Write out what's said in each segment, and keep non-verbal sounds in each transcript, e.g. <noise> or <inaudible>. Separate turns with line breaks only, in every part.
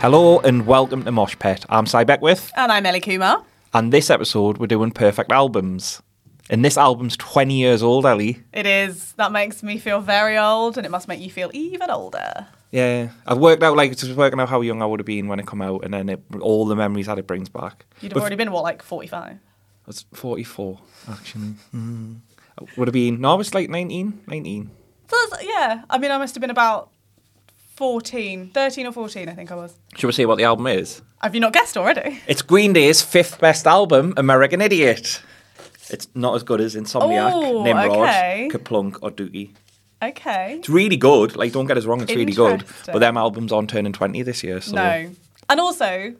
Hello and welcome to Mosh Pet. I'm Cy Beckwith,
And I'm Ellie Kumar.
and this episode we're doing perfect albums. And this album's 20 years old, Ellie.
It is. That makes me feel very old, and it must make you feel even older.
Yeah, I've worked out like just working out how young I would have been when it come out, and then it, all the memories that it brings back.
You'd have
But
already been, what, like 45?
I was 44 actually. Mm. I Would have been no, I was like 19, 19.
So that's, yeah, I mean, I must have been about 14, 13 or 14, I think I was.
Should we see what the album is?
Have you not guessed already? <laughs>
It's Green Day's fifth best album, American Idiot. It's not as good as Insomniac,
Oh,
Nimrod,
okay.
Kaplunk, or Dookie.
Okay.
It's really good. Like, don't get us wrong, it's really good.
Interesting.
But them albums aren't turning 20 this year, so.
No. And also,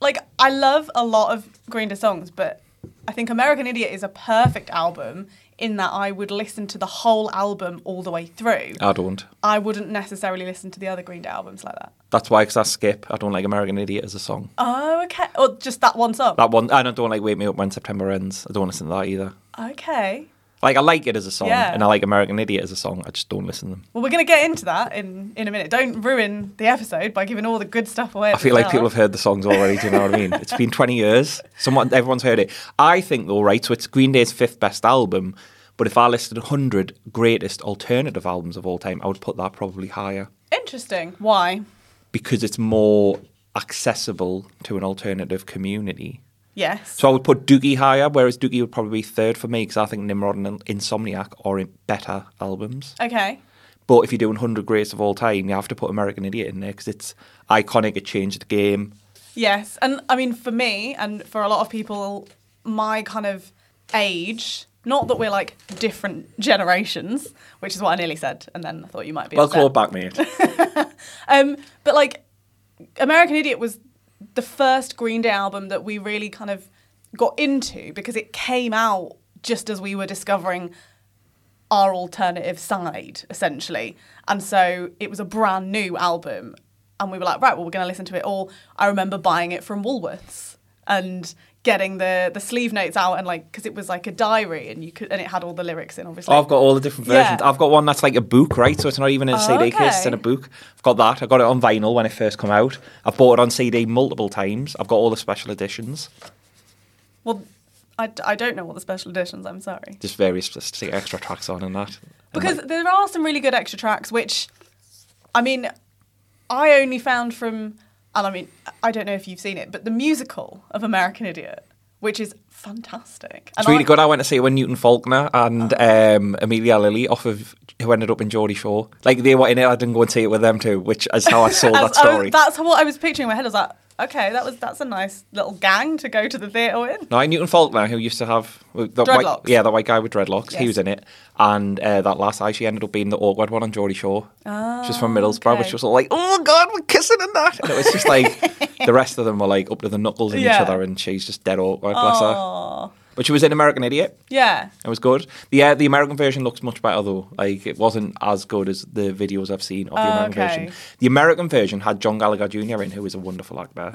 like, I love a lot of Green Day songs, but I think American Idiot is a perfect album in that I would listen to the whole album all the way through.
I don't.
I wouldn't necessarily listen to the other Green Day albums like that.
That's why, because I skip. I don't like American Idiot as a song.
Oh, okay. Or just that one song.
That one, and I don't like Wake Me Up When September Ends. I don't listen to that either.
Okay.
Like, I like it as a song,
Yeah.
and I like American Idiot as a song. I just don't listen to them.
Well, we're going to get into that in, in a minute. Don't ruin the episode by giving all the good stuff away.
I feel like people have heard the songs already. Do you know what I mean? It's been 20 years. Someone, everyone's heard it. I think though, right? So it's Green Day's fifth best album. But if I listed 100 greatest alternative albums of all time, I would put that probably higher
Interesting. Why?
because it's more accessible to an alternative community.
Yes.
So I would put Doogie higher, whereas Doogie would probably be third for me because I think Nimrod and Insomniac are in better albums.
okay.
But if you're doing 100 greatest of all time, you have to put American Idiot in there because it's iconic. It changed the game.
Yes. And I mean, for me and for a lot of people, my kind of age, not that we're like different generations, which is what I nearly said. And then I thought you might be.
Well,
upset.
call back, mate.
Um, but like, American Idiot was the first Green Day album that we really kind of got into because it came out just as we were discovering our alternative side, essentially. And so it was a brand new album. And we were like, right, well, we're going to listen to it all. I remember buying it from Woolworths and getting the, the sleeve notes out and like, because it was like a diary and you could, and it had all the lyrics in, obviously.
Oh, I've got all the different versions.
Yeah.
I've got one that's like a book, right? So it's not even in a
Oh,
CD case, it's in a
okay.
book. I've got that. I got it on vinyl when it first came out. I've bought it on CD multiple times. I've got all the special editions,
Well, I, d- I don't know what the special editions, I'm sorry.
just various just stick extra tracks on and that. And,
because
like,
there are some really good extra tracks which i mean i only found from and i mean i don't know if you've seen it but the musical of american idiot which is fantastic and Oh.
it's really
I-
good. I went to see it when Newton Faulkner and um, Amelia Lilly off of who ended up in Geordie Shore. Like they were in it. I didn't go and see it with them too, which is how I saw
<laughs> as-
that
I was-
story.
that's what i was picturing in my head i was like okay that was that's a nice little gang to go to the theatre in
No, Newton Faulkner, who used to have the White,
Dreadlocks.
yeah, the white guy with dreadlocks. He
Yes.
was in it, and uh, that last eye, she ended up being the awkward one on Geordie Shore. she was from Middlesbrough, but
Ah, okay.
she was all like, "Oh God, we're kissing and that." And it was just like the rest of them were like up to the knuckles in each
<laughs> Yeah. Oh.
other, and she's just dead awkward. Bless her.
Aw.
But she was an American Idiot.
yeah
It was good. The uh, the American version looks much better though. Like it wasn't as good as the videos I've seen of the
Oh,
American
okay.
version. The American version had John Gallagher Jr. in, who is a wonderful actor.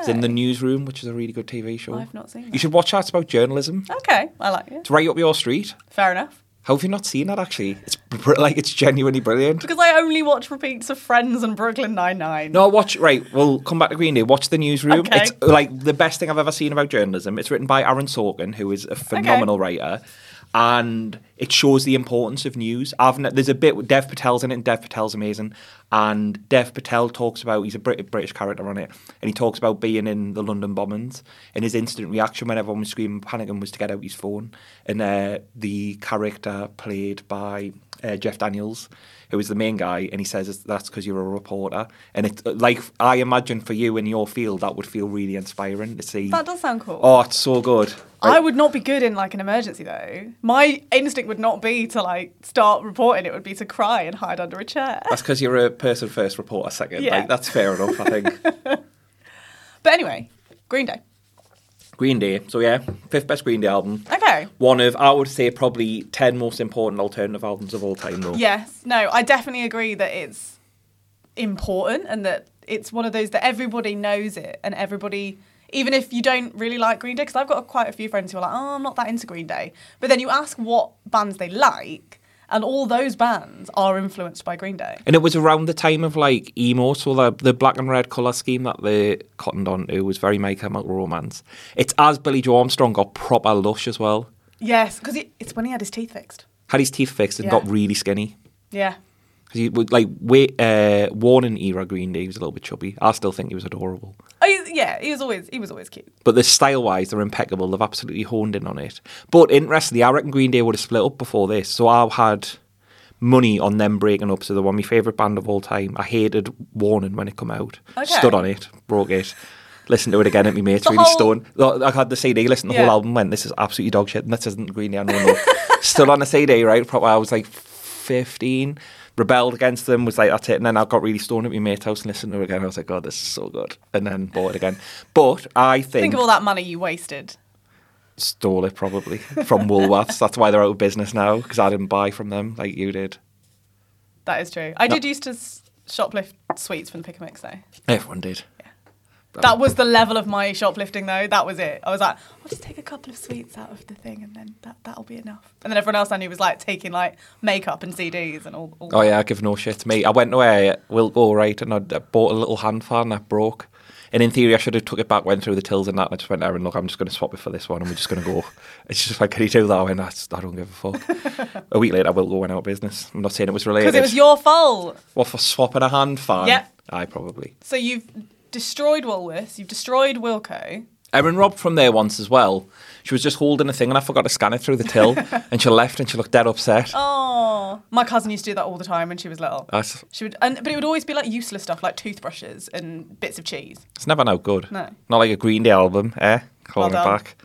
It's in the
Oh, Okay.
newsroom, which is a really good TV show.
I've not seen
You
that.
should watch that. It's about journalism.
okay i like it
It's right up your street.
fair enough
How have you not seen that? Actually, it's br- <laughs> like it's genuinely brilliant.
because i only watch repeats of friends and brooklyn 99
No, watch right. We'll come back to Green Day. Watch the newsroom.
Okay.
It's like the best thing I've ever seen about journalism. It's written by Aaron Sorkin, who is a phenomenal writer, and it shows the importance of news. I've ne- there's a bit with Dev Patel's in it. and Dev Patel's amazing, and Dev Patel talks about he's a Brit- British character on it, and he talks about being in the London bombings and his instant reaction when everyone was screaming, panicking, was to get out his phone. And uh, the character played by uh, Jeff Daniels, who is the main guy, and he says it's- that's because you're a reporter. And it's uh, like I imagine for you in your field, that would feel really inspiring to see.
that does sound cool
Oh, it's so good.
I would not be good in like an emergency though. My instinct would not be to like start reporting. It would be to cry and hide under a chair.
That's because you're a person first, reporter second.
Yeah.
Like that's fair enough, I think.
<laughs> But anyway, Green Day.
Green Day. So yeah, fifth best Green Day album.
Okay.
One of I would say probably ten most important alternative albums of all time though.
Yes. No, I definitely agree that it's important and that it's one of those that everybody knows it and everybody even if you don't really like Green Day because I've got quite a few friends who are like, "Oh, I'm not that into Green Day." But then you ask what bands they like And all those bands are influenced by Green Day.
And it was around the time of like emo, so the, the black and red colour scheme that they cottoned on to was very My Chemical Romance. It's as Billy Joe Armstrong got proper lush as well.
Yes, because it's when he had his teeth fixed.
Had his teeth fixed and
Yeah.
got really skinny.
Yeah.
'Cause he was like wait, uh, Warren era Green Day he was a little bit chubby. I still think he was adorable.
Oh, he's- yeah, he was always he was always cute.
But the style wise, they're impeccable. They've absolutely honed in on it. But interestingly, I reckon Green Day would have split up before this. So I had money on them breaking up. So they're one of my favourite band of all time. I hated Warning when it come out.
Okay.
Stood on it, broke it. Listened to it again at my mates,
<laughs> The
really
whole-
stoned. Look, I had the CD, listened to the
Yeah.
whole album, went, this is absolutely dog shit. And this isn't Green Day, I know.
<laughs>
no." Still on the CD, right? Probably I was like 15, rebelled against them, was like, that's it. And then I got really stoned at my mate's house and listened to it again. I was like, God, this is so good. And then bought it again. But I
Think of all that money you wasted.
stole it probably from Woolworths. That's why they're out of business now because I didn't buy from them like you did.
That is true. I
No.
did used to s- shoplift sweets from the Pick a Mix though.
Everyone did.
That was the level of my shoplifting though. That was it. I was like, I'll just take a couple of sweets out of the thing and then that that'll be enough. And then everyone else I knew was like taking like makeup and CDs and all. all
Oh yeah, I give no shit. Me, I went away. Will go right, and I I bought a little hand fan that broke. And in theory, I should have took it back, went through the tills and that. And I just went there and look, I'm just going to swap it for this one, and we're just going to go. <laughs> It's just like, can you do that? I went, "That's- I don't give a fuck.
<laughs>
a week later, Will go went out of business. I'm not saying it was related.
Because it was your fault.
what for swapping a hand fan?
Yep.
I probably.
So you've destroyed Woolworths, you've destroyed Wilco.
Erin robbed from there once as well. She was just holding a thing and I forgot to scan it through the
<laughs>
till and she left and she looked dead upset.
Oh, my cousin used to do that all the time when she was little.
That's,
She would, and, but it would always be like useless stuff like toothbrushes and bits of cheese.
it's never no good.
No.
Not like a Green Day album, eh? Calling
Well
it
done.
back.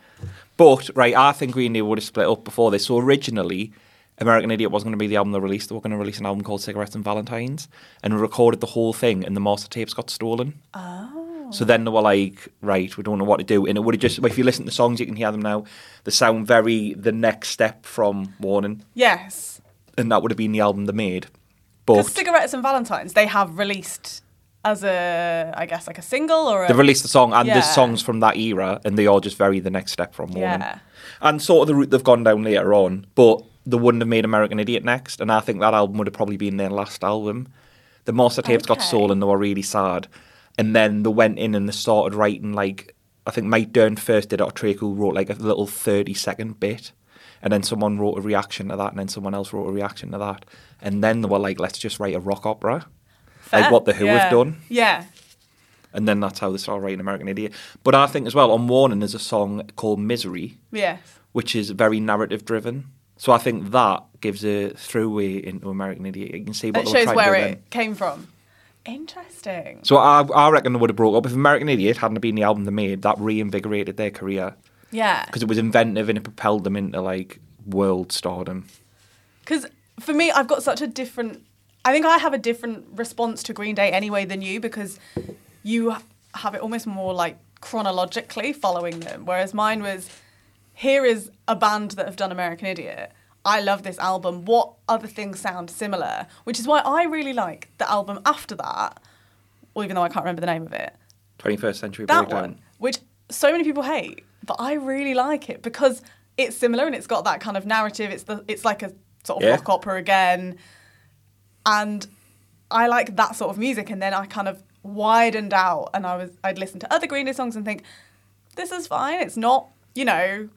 But, right, I think Green Day would have split up before this. So originally, American Idiot wasn't going to be the album they released. They were going to release an album called Cigarettes and Valentines and recorded the whole thing and the master tapes got stolen.
Oh.
So then they were like, right, we don't know what to do. And it would have just, if you listen to songs, you can hear them now. They sound very the next step from Warning.
Yes.
and that would have been the album they made. But
Because cigarettes and Valentines, they have released as a, I guess, like a single or a.
they released the song, and
Yeah.
there's songs from that era, and they are just very the next step from Warning.
Yeah.
And sort of the route they've gone down later on, but they wouldn't have made American Idiot next, and I think that album would have probably been their last album. The master tapes got
Okay.
stolen, they were really sad, and then they went in and they started writing like I think Mike Dern first did it, or Treacle wrote like a little thirty second bit. And then someone wrote a reaction to that, and then someone else wrote a reaction to that. And then they were like, let's just write a rock opera. Like what The Who
yeah.
have done.
Yeah.
And then that's how they started writing American Idiot. But I think as well, on Warning, there's a song called Misery,
Yes.
which is very narrative driven. So I think that gives a throughway into American Idiot. You can see what
It
they were
shows
trying
where
to do
it
then.
came from. Interesting.
So I, I reckon they would have broke up. If American Idiot hadn't been the album they made, that reinvigorated their career
Yeah.
because it was inventive and it propelled them into like world stardom.
Because for me, I've got such a different. I think I have a different response to Green Day anyway than you because you h- have it almost more like chronologically following them, whereas mine was here is a band that have done American Idiot. I love this album. What other things sound similar? Which is why I really like the album after that, well, even though I can't remember the name of it.
21st Century
That
Breakdown.
one, which so many people hate, but I really like it because it's similar and it's got that kind of narrative. It's the it's like a sort of
Yeah.
rock opera again, and I like that sort of music. And then I kind of widened out, and I was I'd listen to other Green Day songs and think, this is fine. It's not you know,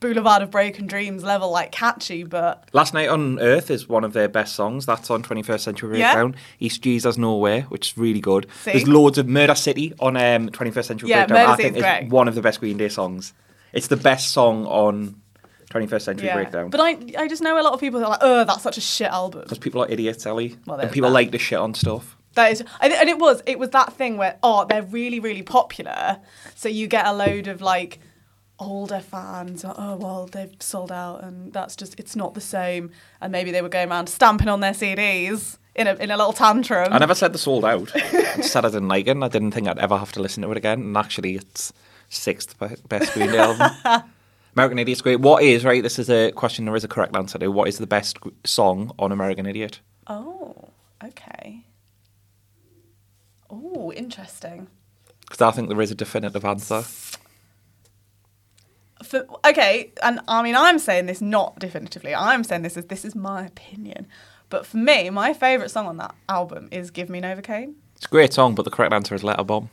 Boulevard of Broken Dreams level like catchy, but
Last Night on Earth is one of their best songs. That's on 21st Century
Yeah.
Breakdown. East Jesus Nowhere, which is really good.
See?
There's loads of Murder City on um, 21st Century
Yeah,
Breakdown.
Murder
I think
City's great.
it's one of the best Green Day songs. It's the best song on 21st Century
yeah.
Breakdown.
But I I just know a lot of people that are like, oh, that's such a shit album.
Because people are idiots, Ellie.
Well,
and
there's
people
that.
like to shit on stuff.
That is, and and it was, it was that thing where oh, they're really, really popular, so you get a load of like older fans. like, Oh well, they've sold out, and that's just it's not the same. And maybe they were going around stamping on their CDs in a in a little tantrum.
I never said they sold out. I just said I didn't like it and I didn't think I'd ever have to listen to it again. And actually, it's sixth be- best Green Day album. American Idiot's great. What is, right? This is a question there is a correct answer to. What is the best gr- song on American Idiot?
oh, okay. Oh, interesting.
Because I think there is a definitive answer.
for, okay, and I mean, I'm saying this not definitively. I'm saying this as this is my opinion. But for me, my favourite song on that album is "Give Me Novocaine."
It's a great song, but the correct answer is Letter Bomb.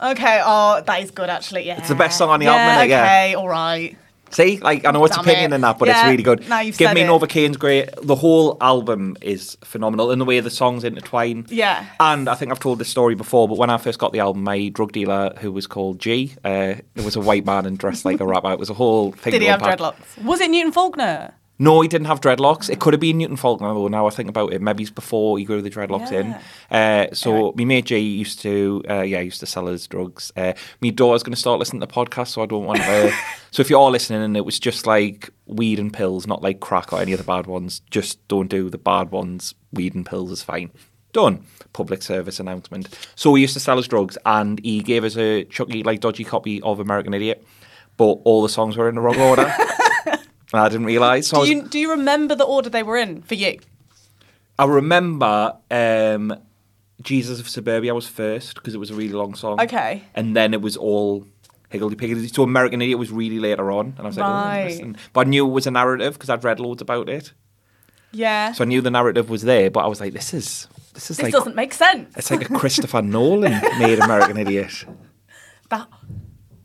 Okay, oh, that is good actually. Yeah,
It's the best song on the
yeah,
album, innit? Yeah.
Okay, all right.
See, like I know it's
Damn
opinion
it.
and that, but it's
Yeah,
really good.
now you've
Give
said
me
it.
Novocaine's great. The whole album is phenomenal in the way the songs intertwine.
Yeah.
And I think I've told this story before, but when I first got the album, my drug dealer, who was called G, uh, it was a white man and dressed like a rapper. It was a whole thing.
Did
to
he have
unpack.
dreadlocks? Was it Newton Faulkner?
No, he didn't have dreadlocks. It could have been Newton Faulkner, though. Now I think about it, maybe it's before he grew the dreadlocks in. Uh, so me mate G used to, uh, yeah, used to sell his drugs. Uh, me daughter's going to start listening to the podcast, so I don't want to. so if you are listening, and it was just like weed and pills, not like crack or any of the bad ones. Just don't do the bad ones. Weed and pills is fine. Done. Public service announcement. So he used to sell his drugs, and he gave us a chucky, like dodgy copy of American Idiot, but all the songs were in the wrong order. And I didn't realise. So I
Do
was-
you do you remember the order they were in for you?
I remember um, Jesus of Suburbia was first because it was a really long song.
Okay.
And then it was all higgledy piggledy. So American Idiot was really later on. And I was like, oh,
Right.
interesting. But I knew it was a narrative because I'd read loads about it.
Yeah.
So I knew the narrative was there, but I was like, this is. This is
this
like
doesn't make sense.
it's like a Christopher Nolan made American
<laughs>
Idiot.
That that,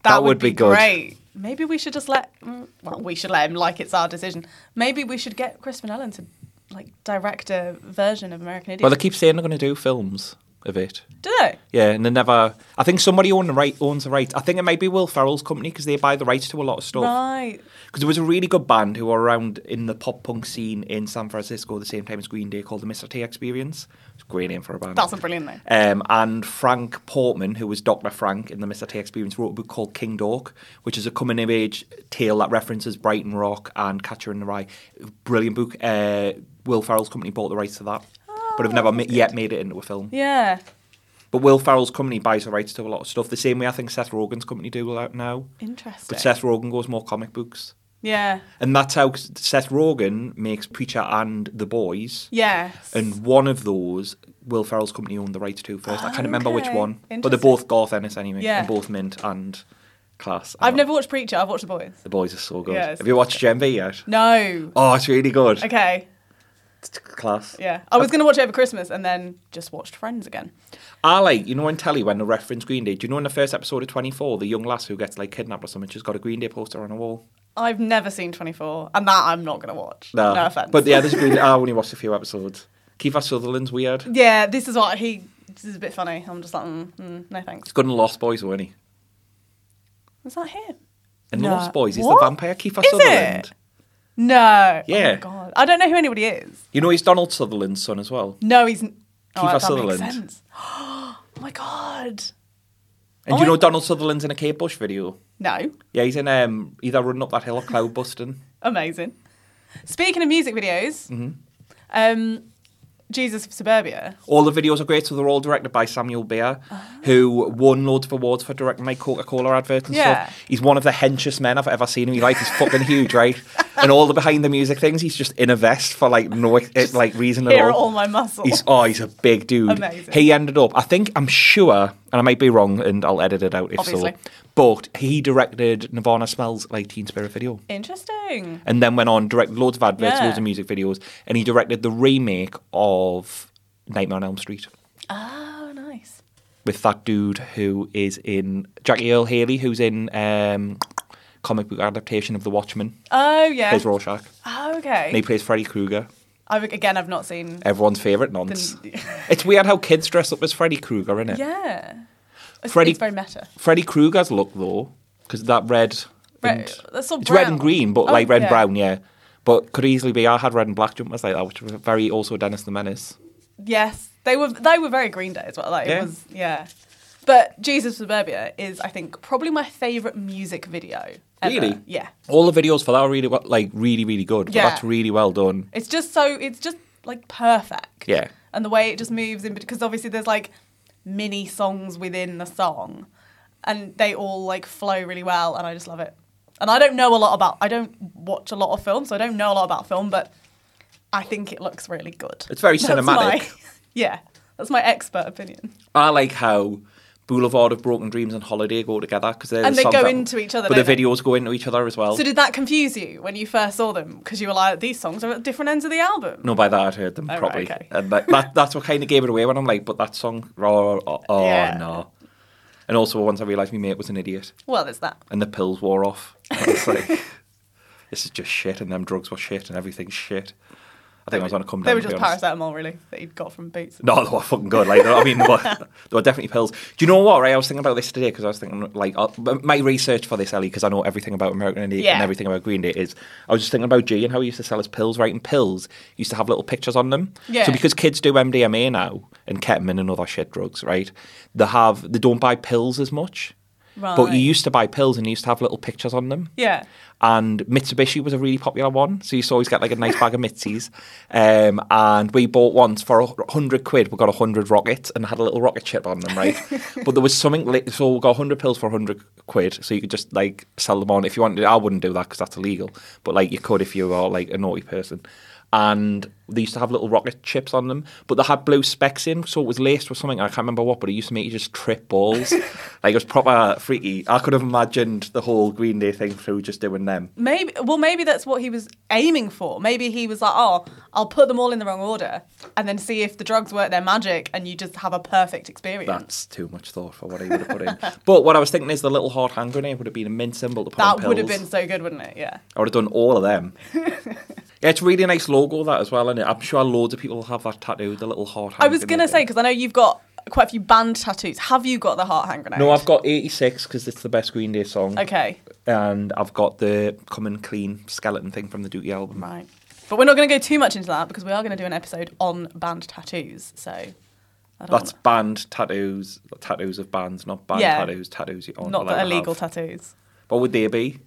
That
would,
would
be,
be good.
great. Maybe we should just let mm, well, we should let him like it's our decision. Maybe we should get Chris Ellen to like direct a version of American Idiot.
Well, they keep saying they're going to do films of it.
Do they?
Yeah, and they never. I think somebody own the right, owns the rights. I think it might be Will Ferrell's company because they buy the rights to a lot of stuff.
Right.
Because there was a really good band who were around in the pop punk scene in San Francisco at the same time as Green Day called the Mr. T Experience. It's a great name for a band.
That's a brilliant name.
Um, and Frank Portman, who was Dr. Frank in the Mr. T Experience, wrote a book called King Dork, which is a coming of age tale that references Brighton Rock and Catcher in the Rye. Brilliant book. Uh, Will Farrell's company bought the rights to that,
Oh,
but have never ma- yet made it into a film.
Yeah.
But Will Farrell's company buys the rights to a lot of stuff, the same way I think Seth Rogen's company do out now.
Interesting.
But Seth Rogen goes more comic books.
yeah.
And that's how Seth Rogen makes Preacher and The Boys.
Yes.
And one of those, Will Ferrell's company owned the rights to first. I can't remember which
Okay.
one. But they're
Interesting.
both Garth Ennis anyway.
Yeah.
And both Mint and Class.
I've never watched Preacher. I've watched The Boys.
The Boys are so good.
Yeah, it's
Have you watched Gen V yet?
No.
Oh, it's really good.
Okay.
It's class.
Yeah. I was going to watch it over Christmas and then just watched Friends again.
I like, you know, in telly when they reference Green Day, do you know in the first episode of 24, the young lass who gets like kidnapped or something, she's got a Green Day poster on her wall?
I've never seen 24, and that I'm not going to watch.
No.
offense.
But yeah, there's Green Day. <laughs> I only watched a few episodes. Kiefer Sutherland's weird.
<laughs> yeah, this is what he. This is a bit funny. I'm just like, mm, mm, no thanks.
He's good in Lost Boys, wasn't he?
Is that him?
And
No.
Lost Boys, he's
What?
the vampire Kiefer
Is
Sutherland.
it? No. Oh
Yeah.
my god. I don't know who anybody is.
You know he's Donald Sutherland's son as well.
No, he's. n- Oh,
Kiefer
that
Sutherland.
makes sense. <gasps> oh my god.
And
Oh,
you know
I-
Donald Sutherland's in a Kate Bush video.
No.
Yeah, he's in um, either running up that hill or cloud busting.
Amazing. Speaking of music videos,
Mm-hmm.
um, Jesus of Suburbia.
All the videos are great, so they're all directed by Samuel Beer,
Uh-huh.
who won loads of awards for directing my Coca Cola adverts and
Yeah.
stuff. He's one of the henchest men I've ever seen. Him. He like he's fucking huge,
<laughs>
right? And all the behind the music things, he's just in a vest for like no it, like reason at
Here are
all.
all my muscles. <laughs>
He's oh, he's a big dude.
Amazing.
He ended up, I think, I'm sure, and I might be wrong, and I'll edit it out if
Obviously.
so. But he directed Nirvana Smells Like Teen Spirit video,
Interesting.
and then went on direct loads of adverts,
Yeah.
loads of music videos, and he directed the remake of Nightmare on Elm Street
Oh, nice.
with that dude who is in Jackie Earl Haley, who's in um, comic book adaptation of The Watchmen,
Oh yeah.
plays Rorschach,
Oh, okay.
and he plays Freddy Krueger,
I've, again, I've not seen.
everyone's favorite nonce. <laughs> It's weird how kids dress up as Freddy Krueger, isn't it?
yeah. It's,
Freddy-
it's very meta.
Freddy Krueger's look though, because that red,
Red-
and-
that's all
it's red
brown.
and green, but
Oh,
like red and
yeah.
brown, yeah. But could easily be I had red and black jumpers like that, which were very also Dennis the Menace.
Yes, they were. They were very Green Day as well. Like
Yeah.
it was. Yeah. But Jesus of Suburbia is, I think, probably my favourite music video. Ever.
Really?
Yeah.
All the videos for that are really well, like really really good. But
Yeah.
that's really well done.
It's just so it's just like perfect.
Yeah.
And the way it just moves in because obviously there's like mini songs within the song and they all like flow really well and I just love it. And I don't know a lot about I don't watch a lot of film, so I don't know a lot about film, but I think it looks really good.
It's very
<laughs> That's my-
cinematic.
yeah. That's my expert opinion.
I like how Boulevard of Broken Dreams and Holiday go together because
And they go into each other,
but the
don't they?
videos go into each other as well.
So did that confuse you when you first saw them? Because you were like, these songs are at different ends of the album.
No, by that I'd heard them
Oh, right,
properly,
okay.
and like, that, that's what kind of gave it away. When I'm like, but that song, oh, oh, oh,
Yeah.
no. And also, once I realised my mate was an idiot
Well, there's that.
and the pills wore off, I was like, <laughs> this is just shit, and them drugs were shit, and everything's shit. I think I was on a come down.
They were
to
just
be honest.
paracetamol, really, that you'd got from Boots.
No, they were fucking good. Like, I mean, they
<laughs>
were, they were definitely pills. Do you know what? Right, I was thinking about this today because I was thinking, like, uh, but my research for this, Ellie, because I know everything about American Idiot
Yeah.
and everything about Green Day is. I was just thinking about G and how he used to sell his pills. Right, and pills used to have little pictures on them.
Yeah.
So because kids do MDMA now and ketamine and other shit drugs, right? They have they don't buy pills as much. But
Right.
you used to buy pills and you used to have little pictures on them.
Yeah.
And Mitsubishi was a really popular one. So you used to always get like a nice bag of Mitsis. Um, and we bought once for a 100 quid, we got a 100 rockets and had a little rocket chip on them, right? but there was something, li- so we got 100 pills for 100 quid. So you could just like sell them on if you wanted. I wouldn't do that because that's illegal. But like you could if you were like a naughty person. And they used to have little rocket chips on them, but they had blue specks in, so it was laced with something. I can't remember what, but it used to make you just trip
<laughs>
balls. like it was proper freaky. I could have imagined the whole Green Day thing through just doing them.
Maybe well, maybe that's what he was aiming for. Maybe he was like, "Oh, I'll put them all in the wrong order, and then see if the drugs work their magic, and you just have a perfect experience."
That's too much thought for what he would have
<laughs>
put in. but what I was thinking is the little hard hand grenade would have been a mint symbol to put on
that
pills.
would have been so good, wouldn't it? Yeah.
I would have done all of
<laughs>
them. yeah, it's a really nice logo that as well, and I'm sure loads of people will have that tattooed, the little hard hand.
I was gonna
grenade.
say because I know you've got quite a few band tattoos. Have you got the heart hand grenade?
No, I've got 86 because it's the best Green Day song.
Okay.
And I've got the Common Clean skeleton thing from the Duty album.
Right. But we're not going to go too much into that because we are going to do an episode on band tattoos. So I don't
That's banned tattoos, tattoos of bands, not banned
Yeah.
tattoos, tattoos you aren't
wanna, not
allowed
the
to
illegal
have.
tattoos.
What would they be?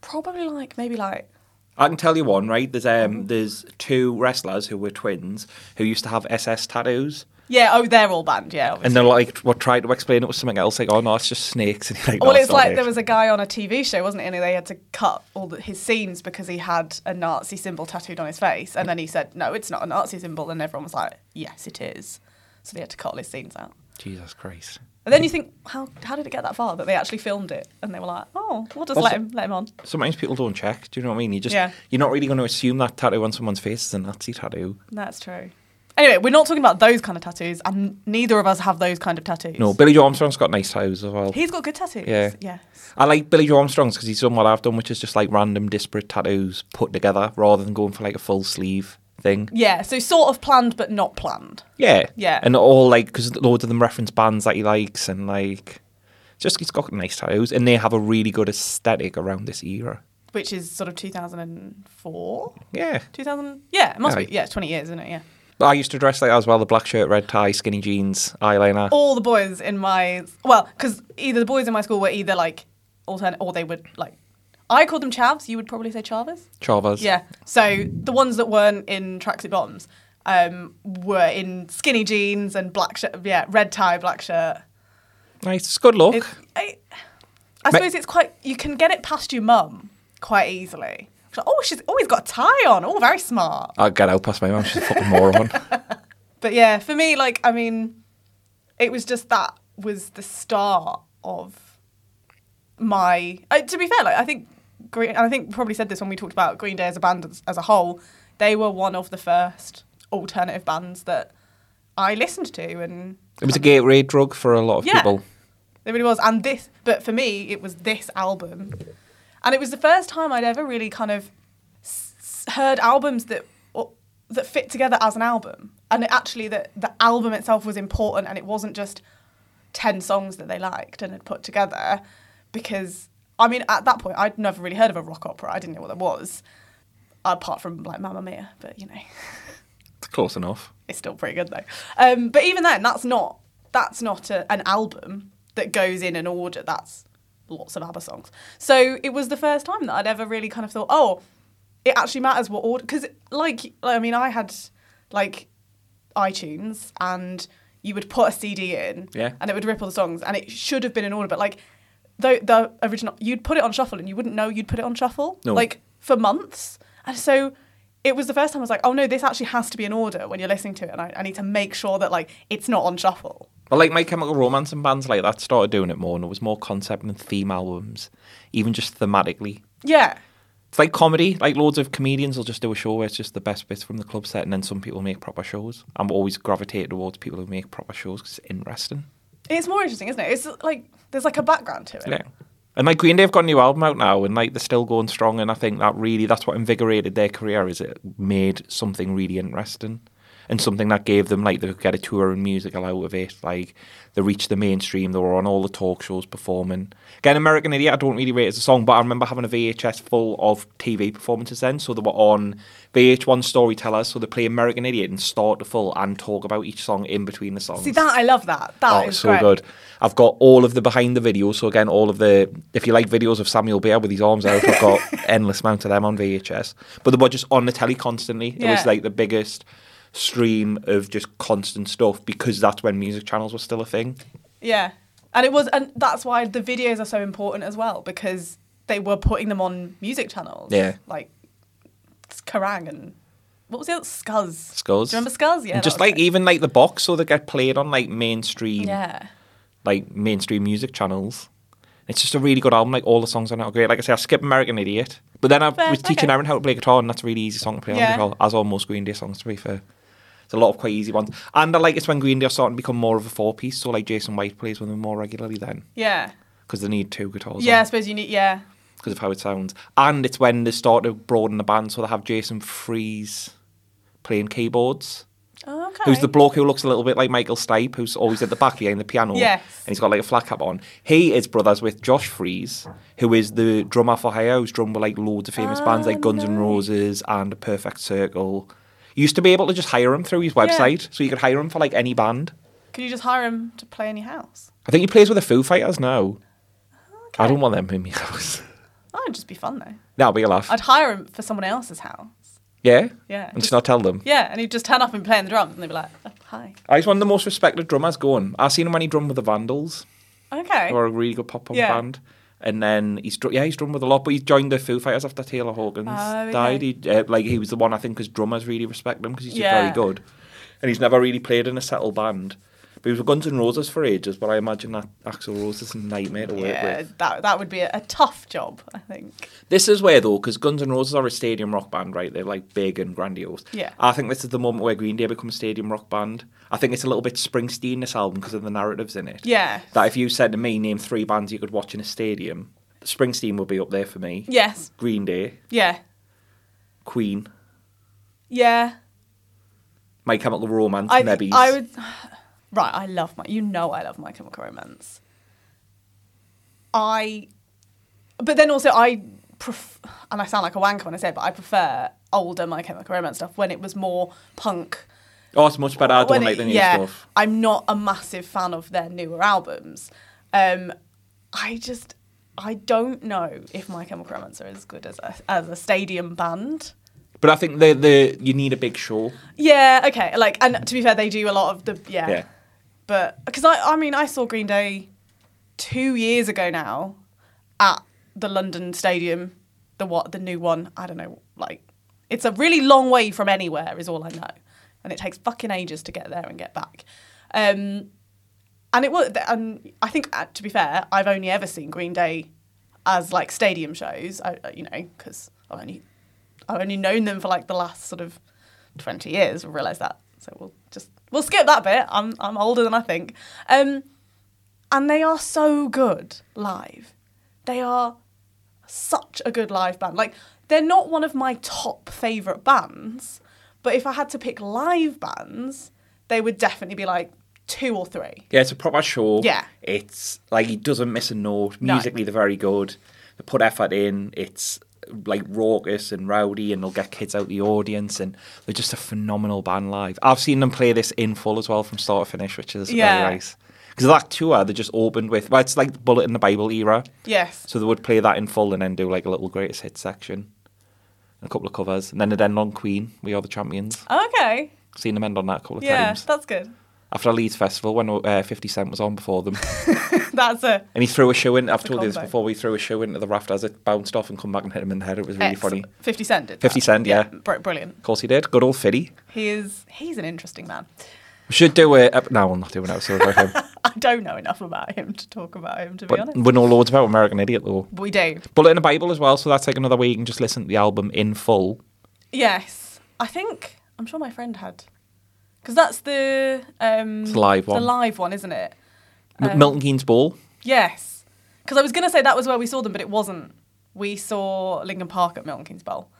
Probably like maybe like
I can tell you one, right? There's
Mm-hmm.
um, there's two wrestlers who were twins who used to have SS tattoos,
yeah. Oh, they're all banned. Yeah. Obviously.
and they're like, what tried to explain it was something else, like, oh no, it's just snakes. <laughs> And you're like, no,
Oh, well, it's
not
like
it.
there was a guy on a TV show, wasn't it? And they had to cut all the, his scenes because he had a Nazi symbol tattooed on his face. And then he said, no, it's not a Nazi symbol. And everyone was like, yes, it is. So they had to cut all his scenes out.
Jesus Christ.
And then you think, how, how did it get that far? That they actually filmed it. And they were like, oh, we'll just let
Also-
him, let him on.
Sometimes people don't check. Do you know what I mean? You just
Yeah.
you're not really going to assume that tattoo on someone's face is a Nazi tattoo.
That's true. Anyway, we're not talking about those kind of tattoos, and neither of us have those kind of tattoos.
No, Billy Joe Armstrong's got nice tattoos as well.
He's got good tattoos.
Yeah.
Yes.
I like Billy Joe Armstrong's because he's done what I've done, which is just like random disparate tattoos put together rather than going for like a full sleeve thing.
Yeah, so sort of planned but not planned.
Yeah.
Yeah.
And all like, because loads of them reference bands that he likes and like, just he's got nice tattoos and they have a really good aesthetic around this era.
Which is sort of 2004?
Yeah.
2000? Yeah, it must
Aye.
be. Yeah, it's 20 years, isn't it? Yeah.
But I used to dress like that as well the black shirt, red tie, skinny jeans, eyeliner.
All the boys in my, well, because either the boys in my school were either like alternate, or they would like, I called them chavs, you would probably say chavas.
Chavas.
Yeah. So the ones that weren't in tracksuit bottoms um, were in skinny jeans and black shirt, yeah, red tie, black shirt.
Nice. It's good look.
It, I, I
Ma-
suppose it's quite. You can get it past your mum quite easily. It's like, oh, she's always got a tie on. Oh, very smart.
I'll get out past my mum. She's a fucking
<laughs>
moron.
But yeah, for me, like, I mean, it was just that was the start of my. Uh, to be fair, like, I think Green, and I think we probably said this when we talked about Green Day as a band as, as a whole. They were one of the first alternative bands that I listened to, and
It was a gateway drug for a lot of
Yeah.
people.
It really was. And this, but for me, it was this album. And it was the first time I'd ever really kind of s- s- heard albums that or, that fit together as an album. And it actually, that the album itself was important and it wasn't just 10 songs that they liked and had put together. Because, I mean, at that point, I'd never really heard of a rock opera. I didn't know what that was, apart from like Mamma Mia, but you know.
It's close enough.
It's still pretty good though. Um, but even then, that's not that's not a, an album that goes in an order. That's lots of ABBA songs. So it was the first time that I'd ever really kind of thought, oh, it actually matters what order. Because like, like, I mean, I had like iTunes and you would put a CD in,
Yeah.
and it would rip all the songs, and it should have been in order, but like. The, the original, you'd put it on shuffle and you wouldn't know you'd put it on shuffle.
No.
Like for months. And so it was the first time I was like, oh no, this actually has to be in order when you're listening to it, and I, I need to make sure that like it's not on shuffle.
But like My Chemical Romance and bands like that started doing it more, and there was more concept and theme albums, even just thematically.
Yeah,
It's like comedy. Like loads of comedians will just do a show where it's just the best bits from the club set, and then some people make proper shows. I'm always gravitated towards people who make proper shows 'cause it's interesting.
it's more interesting, isn't it? It's like there's like a background to it.
Yeah. And like Green Day have got a new album out now, and like they're still going strong. And I think that really that's what invigorated their career is it made something really interesting, and something that gave them like they could get a tour and musical out of it. Like they reached the mainstream. They were on all the talk shows performing. Again, American Idiot I don't really rate as a song, but I remember having a VHS full of TV performances then. So they were on VH1 Storyteller, so they play American Idiot and start to full and talk about each song in between the songs
See that I love that. That
oh,
is
it's so
great.
good. I've got all of the behind the videos. So again, all of the if you like videos of Samuel Bear with his arms out, I've
<laughs>
got endless amount of them on VHS. But they were just on the telly constantly. It
Yeah.
was like the biggest stream of just constant stuff because that's when music channels were still a thing.
Yeah, and it was, and that's why the videos are so important as well because they were putting them on music channels.
Yeah.
like Kerrang and what was the other Scuzz?
Skulls.
Do you remember Scuzz? Yeah,
And
that
just
was
like
great.
even like the box, so they get played on like mainstream
yeah,
like mainstream music channels. It's just a really good album. Like all the songs on it are great. Like I say, I skip American Idiot, but then I
Fair,
was teaching
okay.
Aaron how to play guitar, and that's a really easy song to play
Yeah.
on guitar, as are most Green Day songs. To be fair, it's a lot of quite easy ones. And I like it's when Green Day are starting to become more of a four piece. So like Jason White plays with them more regularly then,
yeah,
because they need two guitars.
yeah. I suppose you need yeah.
because of how it sounds. And it's when they start to broaden the band, so they have Jason Freeze playing keyboards.
Oh, okay.
Who's the bloke who looks a little bit like Michael Stipe, who's always at the back behind the piano.
Yes.
And he's got like a flat cap on. He is brothers with Josh Fries, who is the drummer for Higher, who's drummed with like loads of famous bands
Oh,
like Guns N' Roses and Perfect Circle. You used to be able to just hire him through his website, so you could hire him for like any band.
Could you just hire him to play in your house?
I think he plays with the Foo Fighters now.
Okay.
I don't want them in my house. <laughs>
That would just be fun though.
That'll be a laugh.
I'd hire him for someone else's house.
Yeah?
Yeah,
And
just-
just not tell them.
Yeah, and he'd just turn up and play on the drums, and they'd be like, oh, "Hi."
Ah, He's one of the most respected drummers going. I've seen him when he drummed with the Vandals.
Okay.
who are a really good pop punk
Yeah.
band. And then he's dr- yeah he's drum with a lot, but he joined the Foo Fighters after Taylor Hawkins
Oh, okay.
died. He, uh, like he was the one I think as drummers really respect him because he's just
Yeah.
very good, and he's never really played in a settled band. But he was with Guns N' Roses for ages, but I imagine that Axel Rose is a nightmare to work
yeah,
with.
that that would be a, a tough job, I think.
This is where though, because Guns N' Roses are a stadium rock band, right? They're like big and grandiose.
Yeah.
I think this is the moment where Green Day become a stadium rock band. I think it's a little bit Springsteen this album because of the narratives in it.
Yeah.
That if you said to me, name three bands you could watch in a stadium, Springsteen would be up there for me.
Yes.
Green Day,
Yeah.
Queen,
Yeah.
My Chemical Romance,
I,
maybe.
I would. <sighs> Right, I love my. You know, I love My Chemical Romance. I, but then also I pref, and I sound like a wanker when I say it, but I prefer older My Chemical Romance stuff when it was more punk.
Oh, it's much better. I
When
don't like
it-
the new stuff.
I'm not a massive fan of their newer albums. Um, I just, I don't know if My Chemical Romance are as good as a, as a stadium band.
But I think the the you need a big show.
Yeah, okay. Like, and to be fair, they do a lot of the yeah.
Yeah.
But because I, I mean, I saw Green Day two years ago now at the London Stadium, the what, the new one. I don't know. Like, it's a really long way from anywhere, is all I know, and it takes fucking ages to get there and get back. Um, and it was, and I think uh, to be fair, I've only ever seen Green Day as like stadium shows. I, I- you know, because I've only I've only known them for like the last sort of twenty years. We realise that, so we'll just we'll skip that bit. I'm I'm older than I think. Um, and they are so good live. They are such a good live band. Like they're not one of my top favorite bands, but if I had to pick live bands, they would definitely be like two or three.
Yeah, it's a proper show.
Yeah.
It's like he doesn't miss a note.
No.
Musically, they're very good. They put effort in. It's like raucous and rowdy, and they'll get kids out the audience. And they're just a phenomenal band live. I've seen them play this in full as well from start to finish, which is
Yeah.
very nice. Because that tour, they just opened with, well, it's like the Bullet in the Bible era.
Yes.
So they would play that in full and then do like a little greatest hits section, and a couple of covers. And then they'd end on Queen, We Are the Champions.
Okay.
Seen them end on that a couple of
Yeah,
times.
that's good. <laughs>
after a Leeds festival when uh, 50 Cent was on before them.
That's a
And he threw a shoe in. I've
a
told you this
combo.
before. We threw a shoe into the raft as it bounced off and come back and hit him in the head. It was really funny.
excellent- Fifty Cent did.
50
that.
Cent, yeah.
br- brilliant.
Of course he did. Good old Fiddy.
He is. He's an interesting man. <laughs>
We should do a. ep- no, we'll not do an episode about him.
I don't know enough about him to talk about him. To be
But
honest,
we know loads about American Idiot, though.
we do.
Bullet in the Bible as well, so that's like another way you can just listen to the album in full.
Yes, I think I'm sure my friend had, because that's the um,
It's the live
the
one.
live one, isn't it? Um,
M- Milton Keynes Ball.
Yes, because I was going to say that was where we saw them, but it wasn't. We saw Lincoln Park at Milton Keynes Bowl,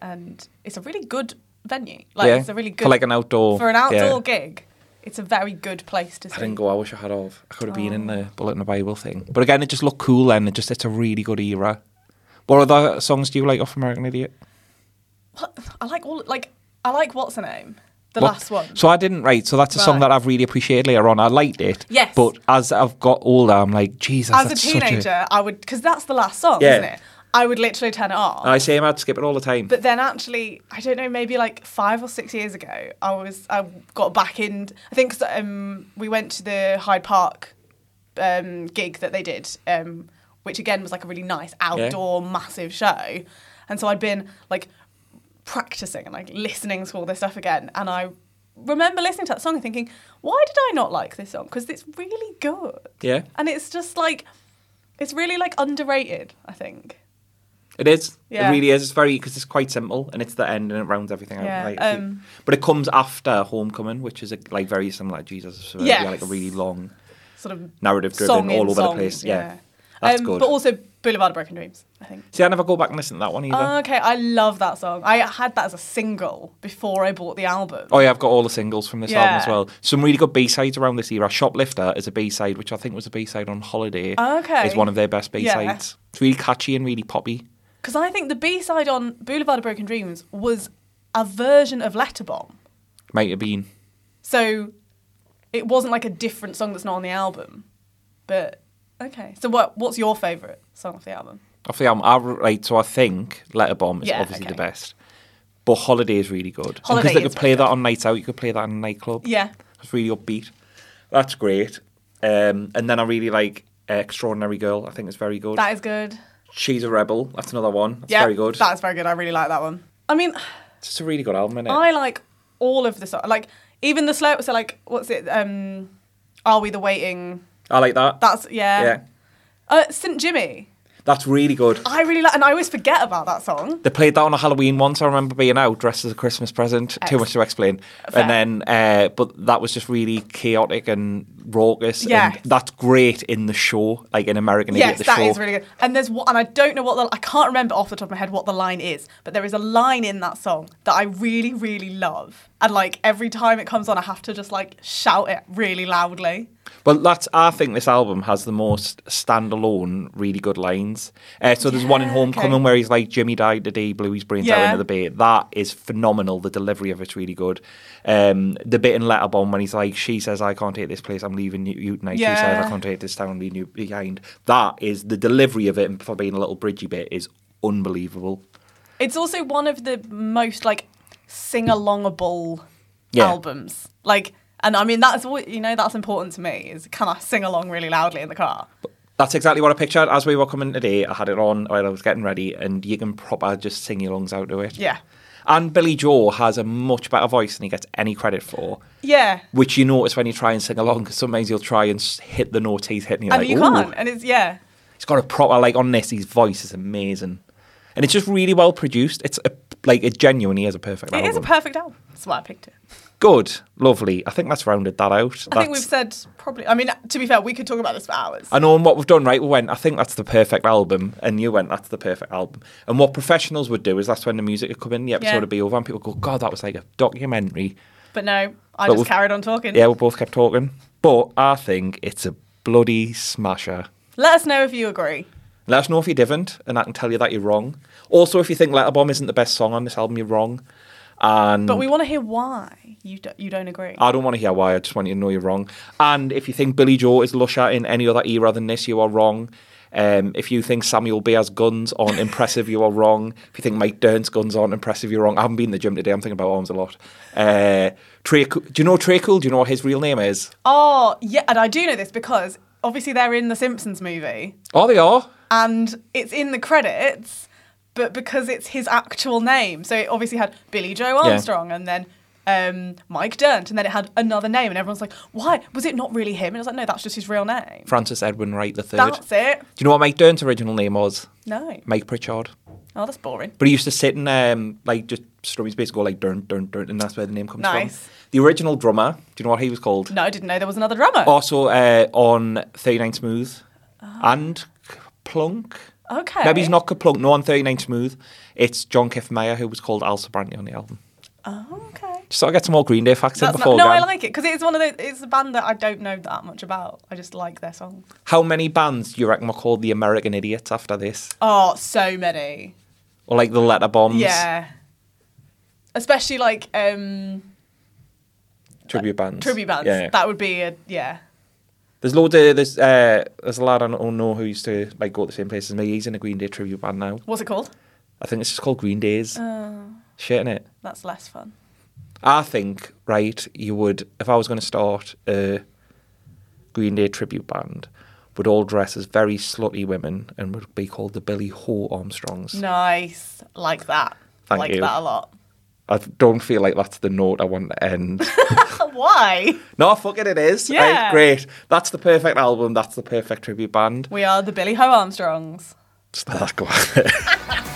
and it's a really good venue. Like
yeah,
it's a really good
for like an outdoor
for an
yeah.
outdoor gig. It's a very good place to
I
see.
didn't go. I wish I had of. I could have been in
Oh.
the Bullet in the Bible thing. But again, it just looked cool. Then it just it's a really good era. What other songs do you like off American Idiot?
What? I like all like I like what's her name, the
What-
last one.
So I didn't write. So that's a song
Right.
that I've really appreciated later on. I liked it.
Yes.
But as I've got older, I'm like Jesus.
As a
that's Such
teenager,
a...
I would because that's the last song,
Yeah.
isn't it? I would literally turn it off.
I say I'd skip it all the time.
But then actually, I don't know, maybe like five or six years ago, I was I got back in. I think 'cause, um, we went to the Hyde Park um, gig that they did, um, which again was like a really nice outdoor massive show, and so I'd been like practicing and like listening to all this stuff again, and I remember listening to that song and thinking, why did I not like this song? Because it's really good,
yeah,
and it's just like it's really like underrated. I think.
it is.
Yeah.
It really is. It's very because it's quite simple and it's the end and it rounds everything
Yeah,
out. Like,
um,
but it comes after Homecoming, which is a, like very similar. to Jesus, so it'd be, like a
Yes.
really long
Sort of
narrative driven
song in
all over the
song,
place. Yeah, that's
Um,
good.
But also Boulevard of Broken Dreams, I think. Ah,
See, I never go back and listen to that one either.
Okay, I love that song. I had that as a single before I bought the album.
Oh yeah, I've got all the singles from this album as
Yeah.
well. Some really good B sides around this era. Shoplifter is a B side, which I think was a B side on Holiday.
Okay.
is one of their best B
Yeah.
sides. It's really catchy and really poppy.
Because I think the B side on Boulevard of Broken Dreams was a version of Letter Bomb.
Might have been.
So it wasn't like a different song that's not on the album. But okay. So what what's your favourite song off the album?
Off the album, I, right, so I think Letterbomb is
Yeah,
obviously the
okay.
best, but Holiday is really good.
Holiday
because they
is
could play
really
that on nights out, you could play that in a nightclub.
Yeah.
it's really upbeat. That's great. Um, and then I really like uh, Extraordinary Girl. I think it's very good.
That is good.
She's a Rebel. That's another one. That's
Yeah.
very good.
That is very good. I really like that one. I mean,
It's just a really good album, isn't it?
I like all of the songs. Like even the slow. So like, what's it? Um, Are we the waiting?
I like that.
That's yeah.
yeah,
Uh, St Jimmy.
that's really good.
I really like, and I always forget about that song.
They played that on a Halloween once. I remember being out dressed as a Christmas present. Too
Ex-
much to explain.
Fair.
And then, uh, but that was just really chaotic and raucous.
Yeah.
And that's great in the show, like in American Idiot.
Yes,
The
that
show.
is really good. And there's one, and I don't know what the I can't remember off the top of my head what the line is, but there is a line in that song that I really, really love, and like every time it comes on, I have to just like shout it really loudly.
Well, that's. I think this album has the most standalone, really good lines. Uh, so there's one in
Yeah,
Homecoming
okay.
where he's like, "Jimmy died today, blew his brains out
Yeah.
into the bay." That is phenomenal. The delivery of it's really good. Um, the bit in Letterbomb when he's like, "She says I can't take this place, I'm leaving you, you tonight." She says,
Yeah.
"I can't take this town, I'm leaving you behind." That is the delivery of it, and for being a little bridgy bit, is unbelievable.
It's also one of the most like sing alongable
Yeah.
albums. Like, and I mean that's what you know that's important to me is can I sing along really loudly in the car?
That's exactly what I pictured as we were coming today. I had it on while I was getting ready, and you can proper just sing your lungs out to it.
Yeah,
And Billy Joel has a much better voice than he gets any credit for,
yeah.
which you notice when you try and sing along because sometimes you'll try and s- hit the notes he's hitting. You're
And
like,
you
"Ooh."
can't. And it's yeah.
He's got a proper, like, on this, his voice is amazing. And it's just really well produced. It's a, like, it genuinely is a perfect
It
album.
is a perfect album. That's why I picked it.
Good, lovely. I think that's rounded that out.
I think
That's-
we've said probably. I mean, to be fair, we could talk about this for hours.
I know and what we've done, right? We went, I think that's the perfect album. And you went, that's the perfect album. And what professionals would do is that's when the music would come in, the episode
Yeah.
would be over, and people go, God, that was like a documentary.
But no,
But
I just
we've-
carried on talking.
Yeah, we both kept talking. But I think it's a bloody smasher.
Let us know if you agree.
Let us know if you didn't, and I can tell you that you're wrong. Also, if you think Letterbomb isn't the best song on this album, you're wrong. And
But we want to hear why you do, you don't agree.
I don't want to hear why, I just want you to know you're wrong. And if you think Billy Joe is lusher in any other era than this, you are wrong. Um, if you think Samuel Beer's guns aren't impressive, you are wrong. If you think Mike Dern's guns aren't impressive, you're wrong. I haven't been in the gym today. I'm thinking about arms a lot. Uh, Trey, Coo- do you know Trey Cool? Do you know what his real name is?
Oh, yeah, and I do know this because obviously they're in the Simpsons movie
Oh, they are.
and it's in the credits, but because it's his actual name. So it obviously had Billy Joe
Yeah.
Armstrong and then um, Mike Dirnt, and then it had another name, and everyone's like, why? Was it not really him? And I was like, no, that's just his real name.
Francis Edwin Wright III.
That's it.
Do you know what Mike Dern's original name was?
No.
Mike Pritchard.
Oh, that's boring.
But he used to sit and um, like just strummies basically go like dun dun dun, and that's where the name comes
Nice.
from. The original drummer. Do you know what he was called?
No, I didn't know there was another drummer.
Also uh, on Thirty Nine Smooth and Plunk.
Ah. okay.
Maybe he's not Plunk. No, on Thirty Nine Smooth, it's John Kiffmeyer who was called Al Sobrante on the album.
Oh, okay.
Just sort of get some more Green Day facts in
That's
before.
not, no, I
Gan.
like it because it's one of the. It's a band that I don't know that much about. I just like their songs.
How many bands do you reckon were called the American Idiots after this,
Oh, so many.
or like the Letter Bombs
Yeah. Especially like um,
tribute bands?
tribute bands.
Yeah.
That would be a yeah.
There's loads of there's uh, there's a lad I don't know who used to like go to the same place as me. He's in a Green Day tribute band now.
What's it called?
I think it's just called Green Days. Shit in it.
That's less fun.
I think right. You would if I was going to start a Green Day tribute band, would all dress as very slutty women and would be called the Billy Ho Armstrongs.
Mm. Nice, like that.
Thank
like
you.
that a lot. <laughs>
I don't feel like that's the note I want to end.
Why?
no, fuck it, it is. Right,
Yeah.
great. That's the perfect album. That's the perfect tribute band.
We are the Billy Ho Armstrongs.
Just let that go. <laughs>